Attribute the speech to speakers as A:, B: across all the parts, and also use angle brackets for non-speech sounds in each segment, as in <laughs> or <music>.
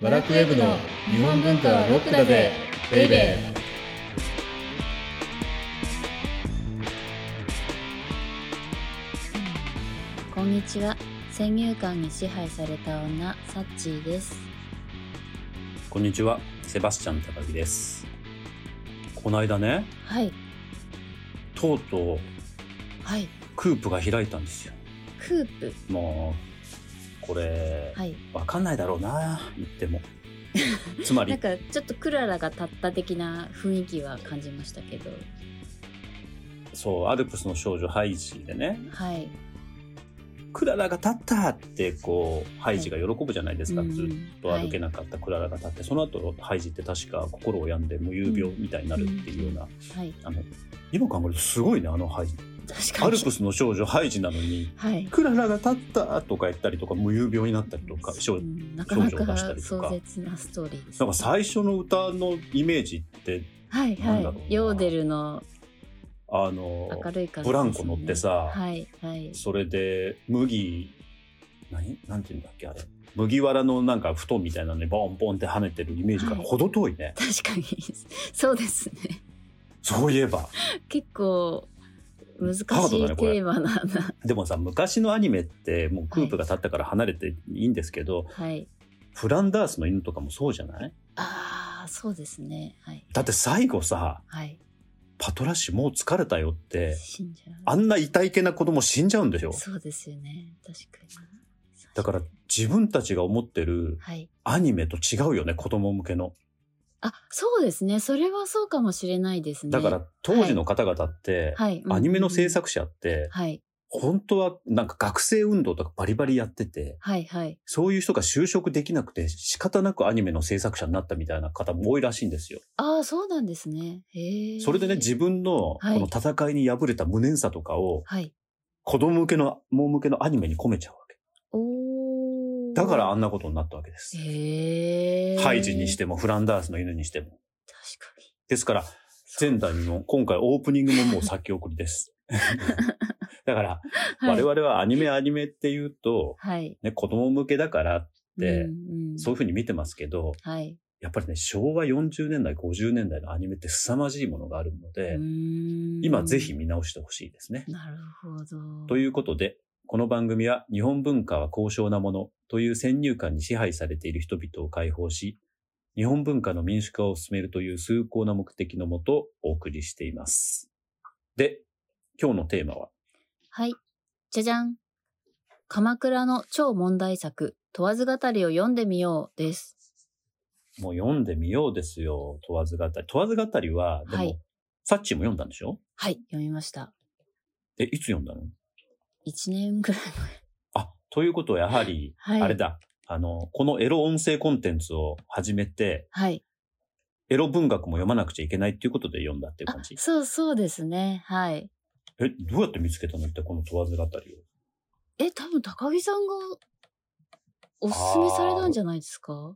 A: ワラクウェブの日本文化はロックだぜベイベー
B: こんにちは先入観に支配された女サッチーです
C: こんにちは、セバスチャン高木です。この間ね、
B: はい
C: とうとう
B: はい
C: クープが開いたんですよ。
B: クープ
C: もう、これ、
B: はい
C: わかんないだろうな、言っ
B: <laughs>
C: ても。つま
B: なん
C: り、
B: かちょっとクララがたった的な雰囲気は感じましたけど
C: そう、アルプスの少女ハイジでね、
B: はい
C: クララが立ったって、こう、ハイジが喜ぶじゃないですか。
B: うん
C: ずっと歩けなかったクララが立って、その後、ハイジって確か心を病んで無遊病みたいになるっていうような、
B: はい
C: あの、今考えるとすごいね、あのハイジ。
B: 確か
C: ア
B: に
C: ルプスの少女ハイジなのに、
B: はい
C: クララが立ったとか言ったりとか無遊病になったりとかしょ
B: うんなかな
C: 少女を出した
B: か
C: りと
B: 壮
C: か
B: 絶なストーリーです
C: なんか最初の歌のイメージって
B: はい
C: なんだろう
B: は
C: ない
B: ヨーデルの
C: あの
B: 明るい感じですね
C: ブランコ乗ってさ
B: はいはい
C: それで麦何なんていうんだっけあれ麦わらのなんか布団みたいなのにボンボンって跳ねてるイメージから
B: はい
C: 程遠いね、
B: 確かにそうですね
C: そういえば
B: 結構難しいテ
C: ハードだねこれ
B: ーマなな、
C: でもさ昔のアニメってもうクープが立ったから離れていいんですけど、
B: はい
C: フランダースの犬とかもそうじゃない
B: ああそうですねはい
C: だって最後さ
B: はい
C: パトラッシュもう疲れたよって
B: 死んじゃう
C: あんな痛いけな子供死んじゃうんでしょ
B: そうですよね確かに
C: だから自分たちが思ってる
B: はい
C: アニメと違うよね、子供向けの。
B: あそうですねそれはそうかもしれないですね
C: だから当時の方々って、
B: はい
C: アニメの
B: 制
C: 制
B: 作
C: 作者って、
B: はい
C: 本当はなんか学生運動とかバリバリやってて、
B: はいはい
C: そういう人が就職できなくて仕方なくアニメの制作者になったみたいな方も多いらしいんですよ。
B: ああそうなんですねへえ
C: それでね、自分のこ
B: はい
C: の戦いに敗れた無念さとかを
B: はい
C: 子供向けの、もう向けのアニメに込めちゃうわけ。
B: おー
C: だからあんなことになったわけです。
B: へえ
C: ハイジにしてもフランダースの犬にしても。
B: 確かに
C: ですから、前代未聞、今回オープニングももう先送り
B: <laughs>
C: です。だから、
B: はい
C: 我々はアニメアニメって言うと、
B: はい
C: ね、子供向けだからって、
B: うんうん
C: そういうふうに見てますけど、
B: はい
C: やっぱりね、昭和40年代、50年代のアニメって凄まじいものがあるので、今
B: 今
C: ぜひ見直してほしいですね。
B: なるほど。
C: ということで、この番組は日本文化は高尚なものという先入観に支配されている人々を解放し、日本文化の民主化を進めるという崇高な目的のもとお送りしています。で、今日のテーマは、
B: はい。じゃじゃん。鎌倉の超問題作、問わず語りを読んでみようです。
C: もう読んでみようですよ、問わず語り。問わず語りは、でも、
B: はい
C: サッチーも読んだんでしょ
B: はい、読みました。
C: え、いつ読んだの
B: 1年ぐらい
C: あ、ということはやはり、
B: 前。はい。
C: あれだ、あの、このエロ音声コンテンツを始めて、
B: はい。
C: エロ文学も読まなくちゃいけないっていうことで読んだっていう
B: あ
C: 感じ、
B: そうそうですね。はい。
C: え、どうやって見つけたのってこの問わず語りを。
B: え、多分高木さんがおすすめされたんじゃないですか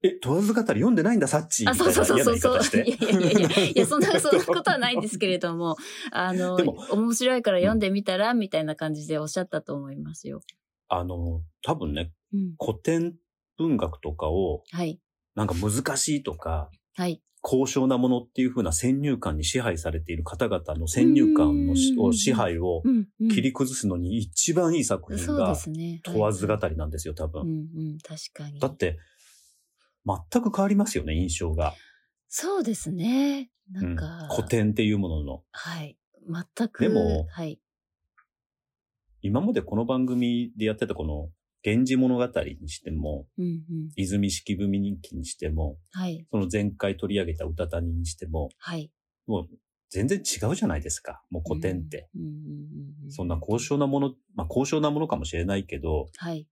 C: え、問わず語り読んでないんだ、サッチー
B: あ、
C: みたい
B: そう
C: な
B: そうそう
C: 嫌な
B: そ
C: 言
B: う
C: い
B: そう
C: 方し。
B: いやいや
C: て。
B: いやいや、そんな、そんなことはないんですけ
C: ど。
B: れども、あの
C: でも、
B: 面白いから読んでみたら、みたいな感じでおっしゃったと思いますよ。
C: <laughs> あの、多分ね、
B: うん。
C: 古典文学とかを、
B: はい。
C: なんか難しいとか、
B: はい。
C: 高尚なものっていう風な先入観に支配されている方々の先入観のし
B: うん
C: を支配を
B: うん、うん。
C: 切り崩すのに一番いい作品
B: そうで
C: が
B: すね。
C: 問わず語
B: はい
C: りなんですよ、多
B: う
C: 分。
B: んうん、確かに。
C: だって、全く変わりますよね、印象が。
B: そうですね。な
C: うんん
B: か、
C: 古典っていうものの。
B: はい。全く。
C: でも
B: はい。
C: 今までこの番組でやってたこの、源氏物語にしても、
B: うんうん。
C: 泉式文人気にしても、
B: はい。
C: その前回取り上げた歌谷にしても、
B: はい。
C: 全然違うじゃないですか、もう古典って。
B: うんうんうんうん。
C: そんな高尚なもの、まあ高尚なものかもしれないけど、
B: はい。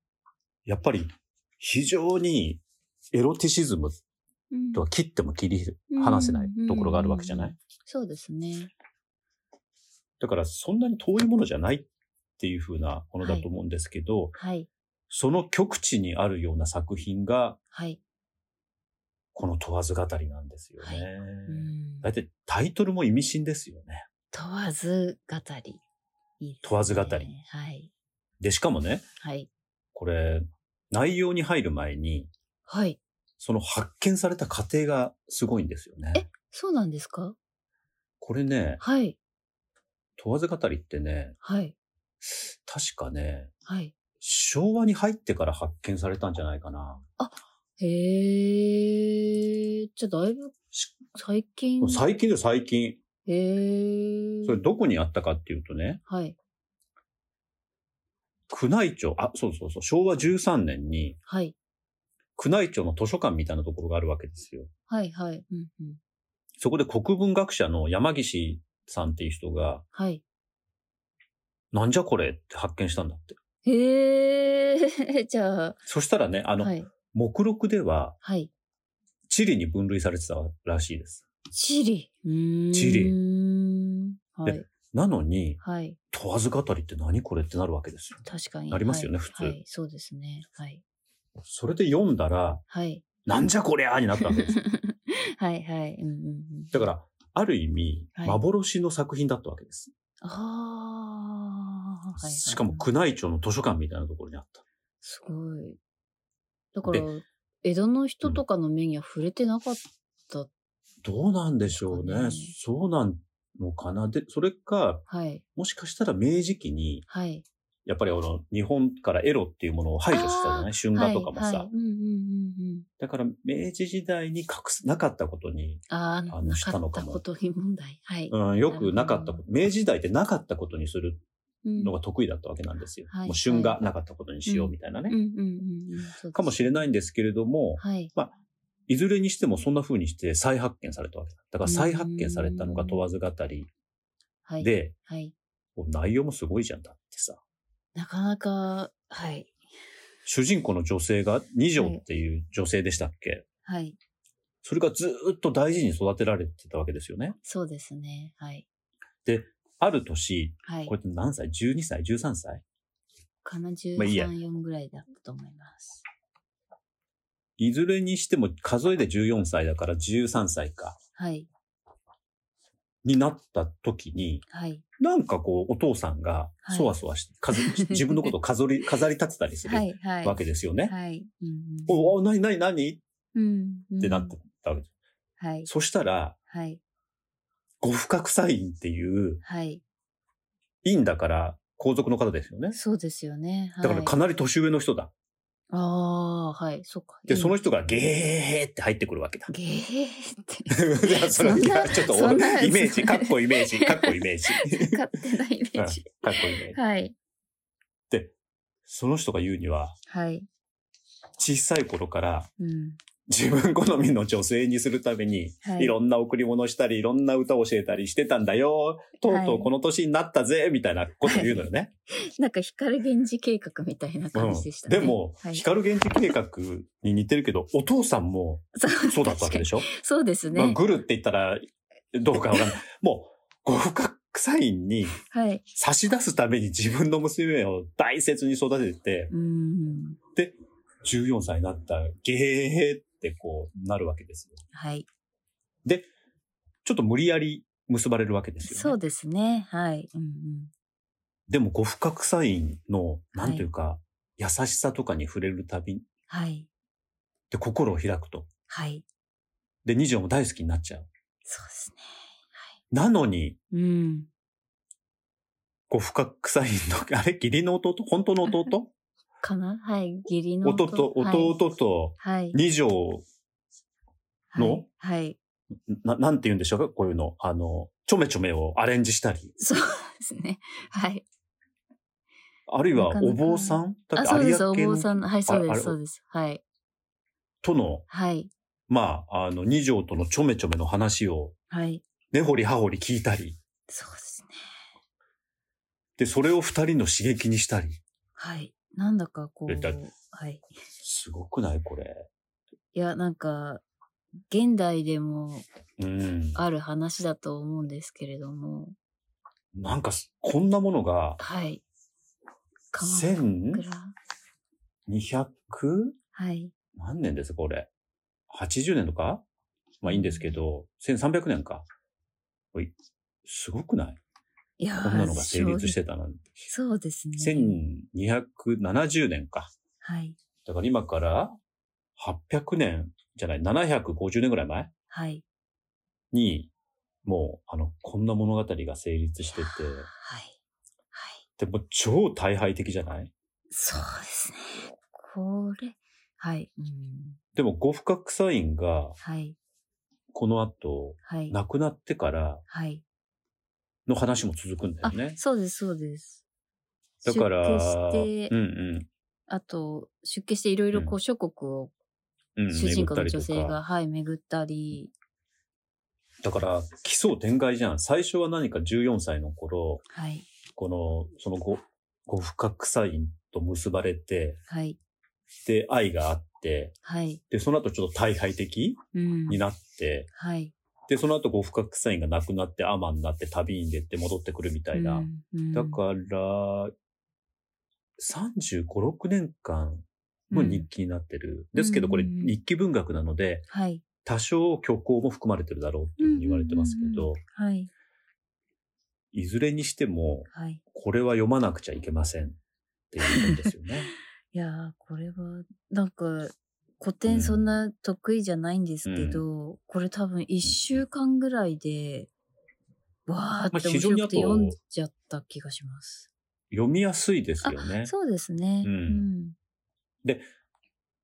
C: やっぱり非常にエロティシズム
B: うん
C: とは切っても切り離せないところがあるわけじゃない。。
B: そうですね。
C: だからそんなに遠いものじゃないっていう風なものだと思うんですけど、
B: はい。
C: その極地にあるような作品が、
B: はい。
C: この問わず語りなんですよね。
B: はいうん
C: だいたいタイトルも意味深ですよね。
B: 問わず語り。いいですね
C: 問わず語り。
B: はい。
C: で、しかもね、
B: はい。
C: これ、内容に入る前に、
B: はい。
C: その発見された過程がすごいんですよね。
B: そうなんですか
C: これね、
B: はい、
C: 問わず語りってね、
B: はい、
C: 確かね、
B: はい。
C: 昭和に入ってから発見されたんじゃないかな。
B: へえ、じゃあだいぶ
C: し
B: 最近。
C: 最近で最近。
B: へえ。
C: それどこにあったかっていうとね、
B: はい、
C: 宮内庁、あ、そうそうそう、昭和13年に
B: はい、
C: 宮内庁の図書館みたいなところがあるわけですよ。
B: はい、はい。うんうん、
C: そこで国文学者の山岸さんっていう人が、
B: はい。
C: なんじゃこれって発見したんだって。
B: へえ、 <laughs> じゃあ、
C: そしたらね、あの、
B: はい、
C: 目録では
B: はい。
C: 地理に分類されてたらしいです。
B: チリ。うーん
C: チリ。
B: はい、
C: なのに、
B: はい。
C: 問わず語りって何これってなるわけですよ。
B: 確かに。
C: ありますよね
B: はい
C: 普通
B: はい、そうですね。はい、
C: それで読んだら、
B: はい。
C: なんじゃこりゃーになったわ
B: <laughs>
C: けですよ。
B: はい、はい。うんうんうん。
C: だから、ある意味、
B: はい
C: 幻の作品だったわけです。
B: ああ、はいはい。
C: しかも、宮内庁の図書館みたいなところにあった。
B: すごい。だから、江戸の人とかの目には触れてなかった。
C: どうなんでしょうね。
B: うん
C: そうなんのかな。で、それか、
B: はい、
C: もしかしたら明治期に、
B: はい。
C: やっぱりあの、日本からエロっていうものを排除してたじゃない春
B: は
C: 画
B: い
C: とかもさ。
B: はいうんうんうんうん。
C: だから、明治時代に隠す、なかったことに、
B: ああ、
C: あの
B: な
C: した
B: か
C: の
B: っ
C: か
B: た
C: も
B: ことに問題。はい。
C: うん、よくなかったこと、明治時代ってなかったことにする
B: うん
C: のが得意だったわけなんですよ。
B: はい
C: もう春画なかったことにしようみたいなね。
B: うんうんうんうん。そうです
C: かもしれないんですけれども、
B: はい。
C: いずれにしてもそんな風にして再発見されたわけだ。だから再発見されたのが問わず語り
B: はい。、
C: で、
B: はい。
C: こう内容もすごいじゃんだってさ。
B: なかなか、はい。
C: 主人公の女性が二条っていう女性でしたっけ、
B: はい。
C: それがずーっと大事に育てられてたわけですよね。
B: そうですね。はい。
C: ある年、
B: はい
C: こ。れって何歳 ?12 歳 ?13 歳
B: かな
C: まあいいや
B: 13、4ぐらいだったと思います。
C: いずれにしても数えで14歳だから13歳か。
B: はい。
C: になった時に、
B: はい。
C: なんかこうお父さんが
B: はい
C: そわそわして、
B: <laughs>
C: かず自分のことを飾り、飾り立てたりする
B: はい。はい。
C: わけですよね。
B: はい。うんうん
C: お、お、なになになに
B: うんうん。
C: ってなってたわけです。
B: はい。
C: そしたら、
B: はい。
C: ご不覚サインっていう、
B: はい。
C: 院だから皇族の方ですよね。
B: そうですよね。はい、
C: だからかなり年上の人だ。
B: ああ、はい。そっか。
C: で、
B: 今
C: その人がゲーって入ってくるわ
B: <laughs>
C: けだ。
B: ゲーって。
C: いやそれ
B: そん
C: い
B: な
C: やちょっと
B: そんな
C: イメージ、かっこイメージ、かっこイメージ。
B: 勝手なイメージ。
C: かっこイメージ。
B: <laughs> はい。
C: その人が言うには、
B: はい。
C: 小さい頃から
B: うん。
C: 自分好みの女性にするために、
B: はい。
C: いろんな贈り物をしたり、いろんな歌を教えたりしてたんだよ。とうと
B: は
C: う
B: い
C: この年になったぜ、みたいなことを言うのよね。
B: なんか光源氏計画みたいな <laughs>
C: う
B: 感
C: ん
B: じでしたね。<laughs>
C: でも、
B: はい、
C: 光源氏計画に似てるけど、お父さんもそうだったわけで
B: し
C: しょ
B: ょ。そうです
C: まあ
B: ね。
C: グルって言ったら、どうかわかんない。もう、ご覚サインに
B: はい。
C: 差し出すために自分の娘を大切に育てて、
B: うん。
C: 14歳になった、ゲーってこうなるわけですよ。
B: はい。
C: ちょっと無理やり結ばれるわけですよ、ね。
B: そうですね。はい。うんうん。
C: でも、ご不覚サインの、なんというか、優しさとかに触れるたび
B: はい。
C: で心を開くと。
B: はい。
C: で、二条も大好きになっちゃう。
B: そうですね。
C: なのに、
B: うん。
C: ご不覚サインの、あれ義理の弟本当の
B: <laughs>
C: 弟
B: かなはい。義理の
C: 弟、弟と、
B: はい。
C: 二条、の
B: はい。はい。
C: な、なんて言うんでしょうかこういうの。あの、ちょめちょめをアレンジしたり。
B: そうですね。はい。
C: あるいは
B: なかな
C: お
B: か
C: 坊さんだ
B: あ、
C: っ
B: そう
C: て
B: で
C: 有
B: す。お
C: 明
B: 坊
C: の
B: さん。はい、そうで
C: あれ
B: す。そうです。はい。
C: との、
B: はい。
C: まあ、あの、二条とのちょめちょめの話を、
B: はい。
C: 根掘り葉掘り聞いたり、
B: そうですね。
C: で、それを二人の刺激にしたり。
B: はい。なんだかこ
C: えだ
B: う、はい。
C: すごくないこれ。
B: いや、なんか、現代でも
C: うん。
B: ある話だと思うんですけれども、
C: なんかす、こんなものが、
B: はい。鎌
C: 1200
B: 倉。はい。
C: 何年ですこれ。80年とかまあいいんですけど、1300年か。おい、すごくない
B: いやー
C: こんなのが成立し
B: 正直
C: てたなんて。
B: そうですね。
C: 1270年か。
B: はい。
C: だから今から800年じゃない、750年ぐらい前
B: はい。
C: に、もう、あの、こんな物語が成立してて、
B: はい。はい。
C: でもう超大敗的じゃない
B: そうですね。これ。はい。うん。
C: でも、五深草院が、
B: はい。
C: この後、
B: はい。
C: 亡くなってから
B: はい。
C: の話も続くんだよ
B: あ、
C: ね。
B: そうです、そうです。
C: だから、
B: 出家して、
C: うんうん
B: あと、出家していろいろこ
C: う
B: う諸国を
C: うん。
B: 主人公の
C: 巡った
B: 女
C: りと
B: 性
C: か
B: が、はい、巡ったり、
C: だから、奇想天外じゃん。最初は何か14歳の頃、
B: はい、
C: この、その後、ご深草院と結ばれて、
B: はい、
C: で、愛があって、
B: はい、
C: で、その後ちょっと大敗的
B: うん
C: に。なって、
B: はい。
C: で、その後ご深草院がなくなって、アマになって、旅に出て戻ってくるみたいな。
B: うん
C: だから、35、6年間の日、記になってる。ですけど、これ
B: うん
C: 日記文学なので、
B: うんはい、
C: 多少虚構も含まれてるだろうっていうふうに言われてますけ
B: うん
C: ど、
B: はい、
C: いずれにしても、
B: はい。
C: これは読まなくちゃいけませんっていうことですよ
B: <laughs>
C: ね。
B: いやー、これは、なんか、古典そんな得意じゃないんですけど、これ多分一週間ぐらいで、わーって面白くて
C: まあ非常にあと
B: 読んじゃった気がします。
C: 読みやすいですよね。
B: そうですね。
C: うん
B: うん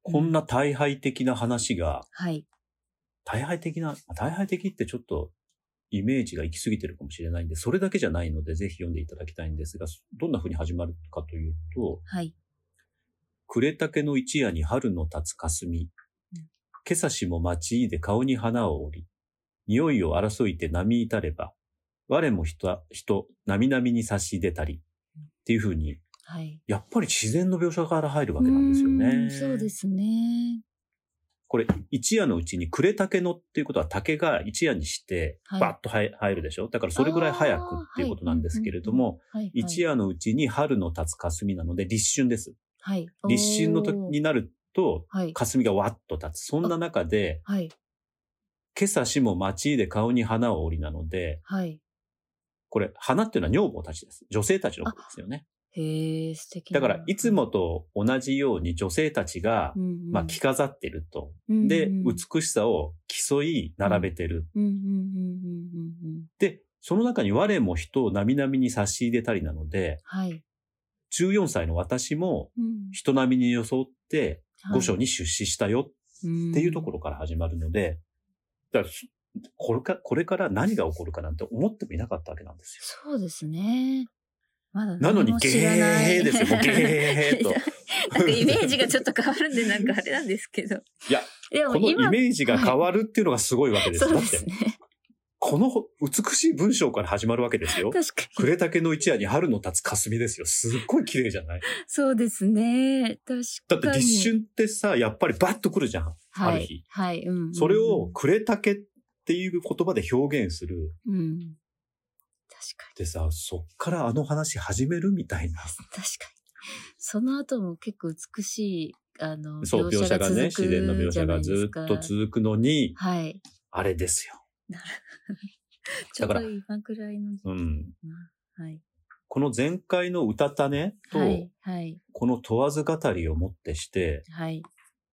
C: こんな大敗的な話が、
B: はい。
C: 大敗的な、大敗的ってちょっとイメージが行き過ぎてるかもしれないんで、それだけじゃないので、ぜひ読んでいただきたいんですが、どんな風に始まるかというと、
B: はい。
C: 暮れ竹の一夜に春の立つ霞。
B: うん
C: 今朝しも町で顔に花を織り、匂いを争いて波至れば、我も人、人、波々に差し出たり。っていう風に、
B: はい。
C: やっぱり自然の描写から入るわけなんですよ
B: うー
C: ね。
B: んそうで。すね。
C: これ、一夜のうちに暮れ竹のっていうことは竹が一夜にして、
B: はい
C: バッと入入るでしょ、だからそれぐらい早くっていうことなんですけれども、
B: はい。
C: 一夜のうちに春の立つ霞なので立春です。
B: はい。はい
C: 立春の時に、なると、
B: おーはい。
C: 霞がわっと立つ。そんな中で、
B: はい。
C: 今朝しも町で顔に花を織りなので、
B: はい。
C: これ、花っていうのは女房たちです。女性たちのことですよね。
B: へえ、素敵な。
C: だから、いつもと同じように女性たちが
B: う、んうん、
C: まあ、着飾ってると。
B: うんうん、
C: で、
B: うん
C: 美しさを競い、並べてる。
B: うんうんうんうんうん。
C: で、その中に我も人を並々に差し入れたりなので、
B: はい。
C: 14歳の私も
B: うん
C: 人並みに装って、
B: はい
C: 御所に出資したよっていうところから始まるので、だからすこれか、これから何が起こるかなんて思ってもいなかったわけなんですよ。
B: そうですね。まだ
C: なの
B: 何
C: に、
B: も
C: ゲ
B: 知らない
C: ーですよ、もうゲ
B: <laughs>
C: ーと。
B: なんかイメージがちょっと変わるんで、なんかあれなんですけど。
C: いや、
B: でも
C: このイ
B: 今、
C: メージが変わるっていうのがすごいわけですよ。
B: そう
C: だ
B: で
C: っ
B: す
C: て、
B: ね。
C: この美しい文章から始まるわけですよ。
B: 確かに。
C: 暮れ竹の一夜に春の立つ霞ですよ。すっごい綺麗じゃない
B: そうですね。確
C: だっ
B: か
C: て
B: に。
C: 立春ってさ、やっぱりバッと来るじゃん。
B: は
C: ある
B: い
C: 日。
B: はい。うんうん
C: それを暮れ竹っていう言葉で表現する。
B: うん。確か
C: でさ、そっからあの話始めるみたいな。
B: に。確かに。その後も結構美しい、あの、
C: そう、描写がね、自然の描写がずっと
B: く。
C: 続くのに、
B: はい。
C: あれですよ。
B: ちょう
C: だか
B: ど
C: ら
B: 今ぐらいの時期
C: う
B: かな。
C: ん。
B: はい。
C: この前回の歌種と、
B: はい。はい。
C: この問わず語りをもってして、
B: はい。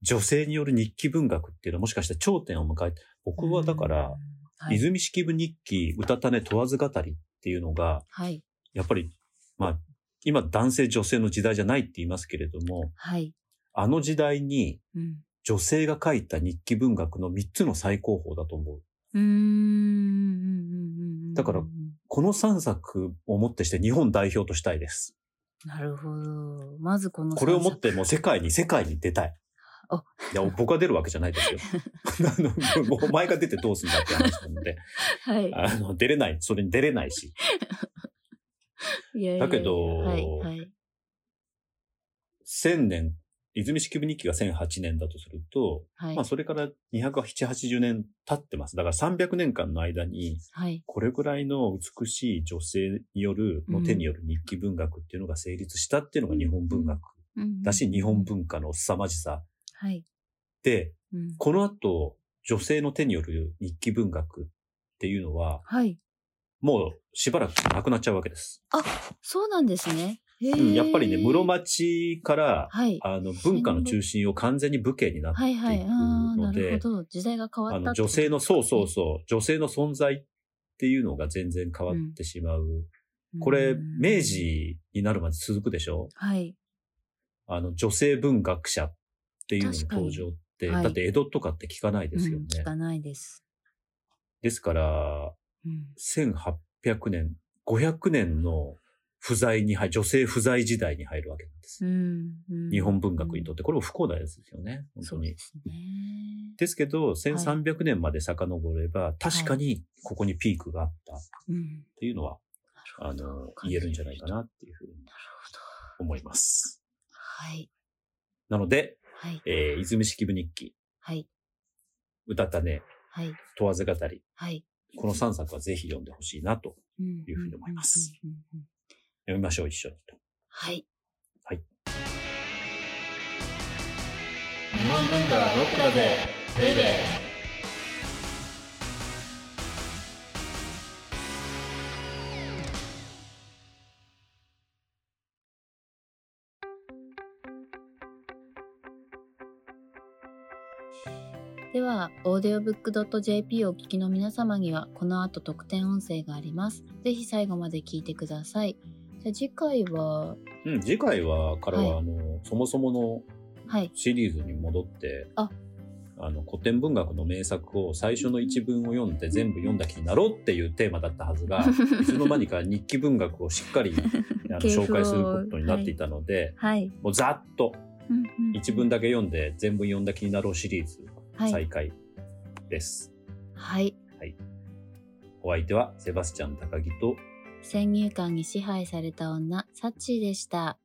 C: 女性による日記文学っていうのはもしかして頂点を迎えて、僕はだから
B: うん、、はい。
C: 泉式部日記、歌種問わず語りっていうのが、
B: はい。
C: やっぱり、まあ、今男性女性の時代じゃないって言いますけれども、
B: はい。
C: あの時代に
B: うん。
C: 女性が書いた日記文学の3つの最高峰だと思う。
B: うーんうんうんうんうん。
C: だからこの3作をもってして日本代表としたいです。
B: なるほど。まずこの
C: これをもっ
B: 三
C: てもう世界に、世界に出たい
B: あ。
C: いや、僕が出るわけじゃないです <laughs> よ。あのもうお前が出てどうすんだって話なので、
B: 作。はい。
C: あの、出れない、それに出れないし。
B: いやいやいや
C: だけど
B: はい。はい。
C: 1000年、泉式部日記が1008年だとすると、
B: はい
C: まあ。それから270、80年経ってます。だから300年間の間に、
B: はい。
C: これぐらいの美しい女性による、の手による日記文学っていうのが成立したっていうのが日本文学
B: うんうん
C: だし、日本。文化の凄まじさ。
B: はい。
C: で、
B: うん
C: この後、女性の手による日記文学っていうのは、
B: はい。
C: もうしばらくなくなっちゃうわけです。
B: そうなんですね。
C: うんやっぱりね、
B: へー
C: 室町から、
B: はい。
C: あの、文化の中心を完全に武家になって
B: はい
C: いく
B: はい。ああ、な
C: ので、
B: るほど。時代が変わ
C: あ
B: った
C: の、
B: ってこと
C: 女
B: ですね
C: 性の、そうそうそう、女性の存在っていうのが全然変わってしまう。これ、
B: うん
C: 明。治になるまで続くでしょ
B: はい。
C: あの、女性文学者っていうのの
B: 確かに
C: 登場って、
B: はい
C: だって江戸とかって聞かないですよね。
B: うん、聞かないです。
C: ですから、
B: うん
C: 1800年、500年の不在に入、女性不在時代に入るわけなんです。
B: うん。うん
C: 日本文学にとって、これも不幸なやつですよね、本当
B: そう
C: に
B: で。すね。
C: ですけど、1300年まで遡れば、確かにここにピークがあったっ
B: うん。
C: ていうのは、
B: な
C: あ
B: るほど
C: の、言えるんじゃないか。なっていうふうに
B: なるほど。
C: 思います。
B: はい。
C: なので、
B: はい。
C: えー、泉式部日記、
B: はい。
C: 歌ったね、
B: はい。
C: 問わず語り、
B: はい。
C: この3作はぜひ読んでほしいなと。
B: うん
C: いうふうに思います。
B: うんうんうんうん
C: 読みましょう、一緒にと。
B: はい。
A: 日本文化はロックだぜベイベー
B: では、audiobook.jp をお聞きの皆様には、この後特典音声があります。ぜひ最後まで聞いてください。じゃあ次回は、
C: うん、次回は、からは、
B: はい
C: あの、そもそもの
B: はい。
C: シリーズに戻って、
B: あ
C: あの、古典文学の名作を最初の一文を読んで全部読んだ気になろうっていうテーマだったは
B: <laughs>
C: ずが、いつの間にか日記文学をしっかりあの
B: 系譜を
C: 紹介することになっていたので、
B: はい。
C: もうざっと
B: うんうん
C: 一文だけ読んで全部読んだ気になろうシリーズ
B: はい。
C: 再開です。
B: はい。
C: お相手はセバスチャン高木と
B: 先入観に支配された女、サッチーでした。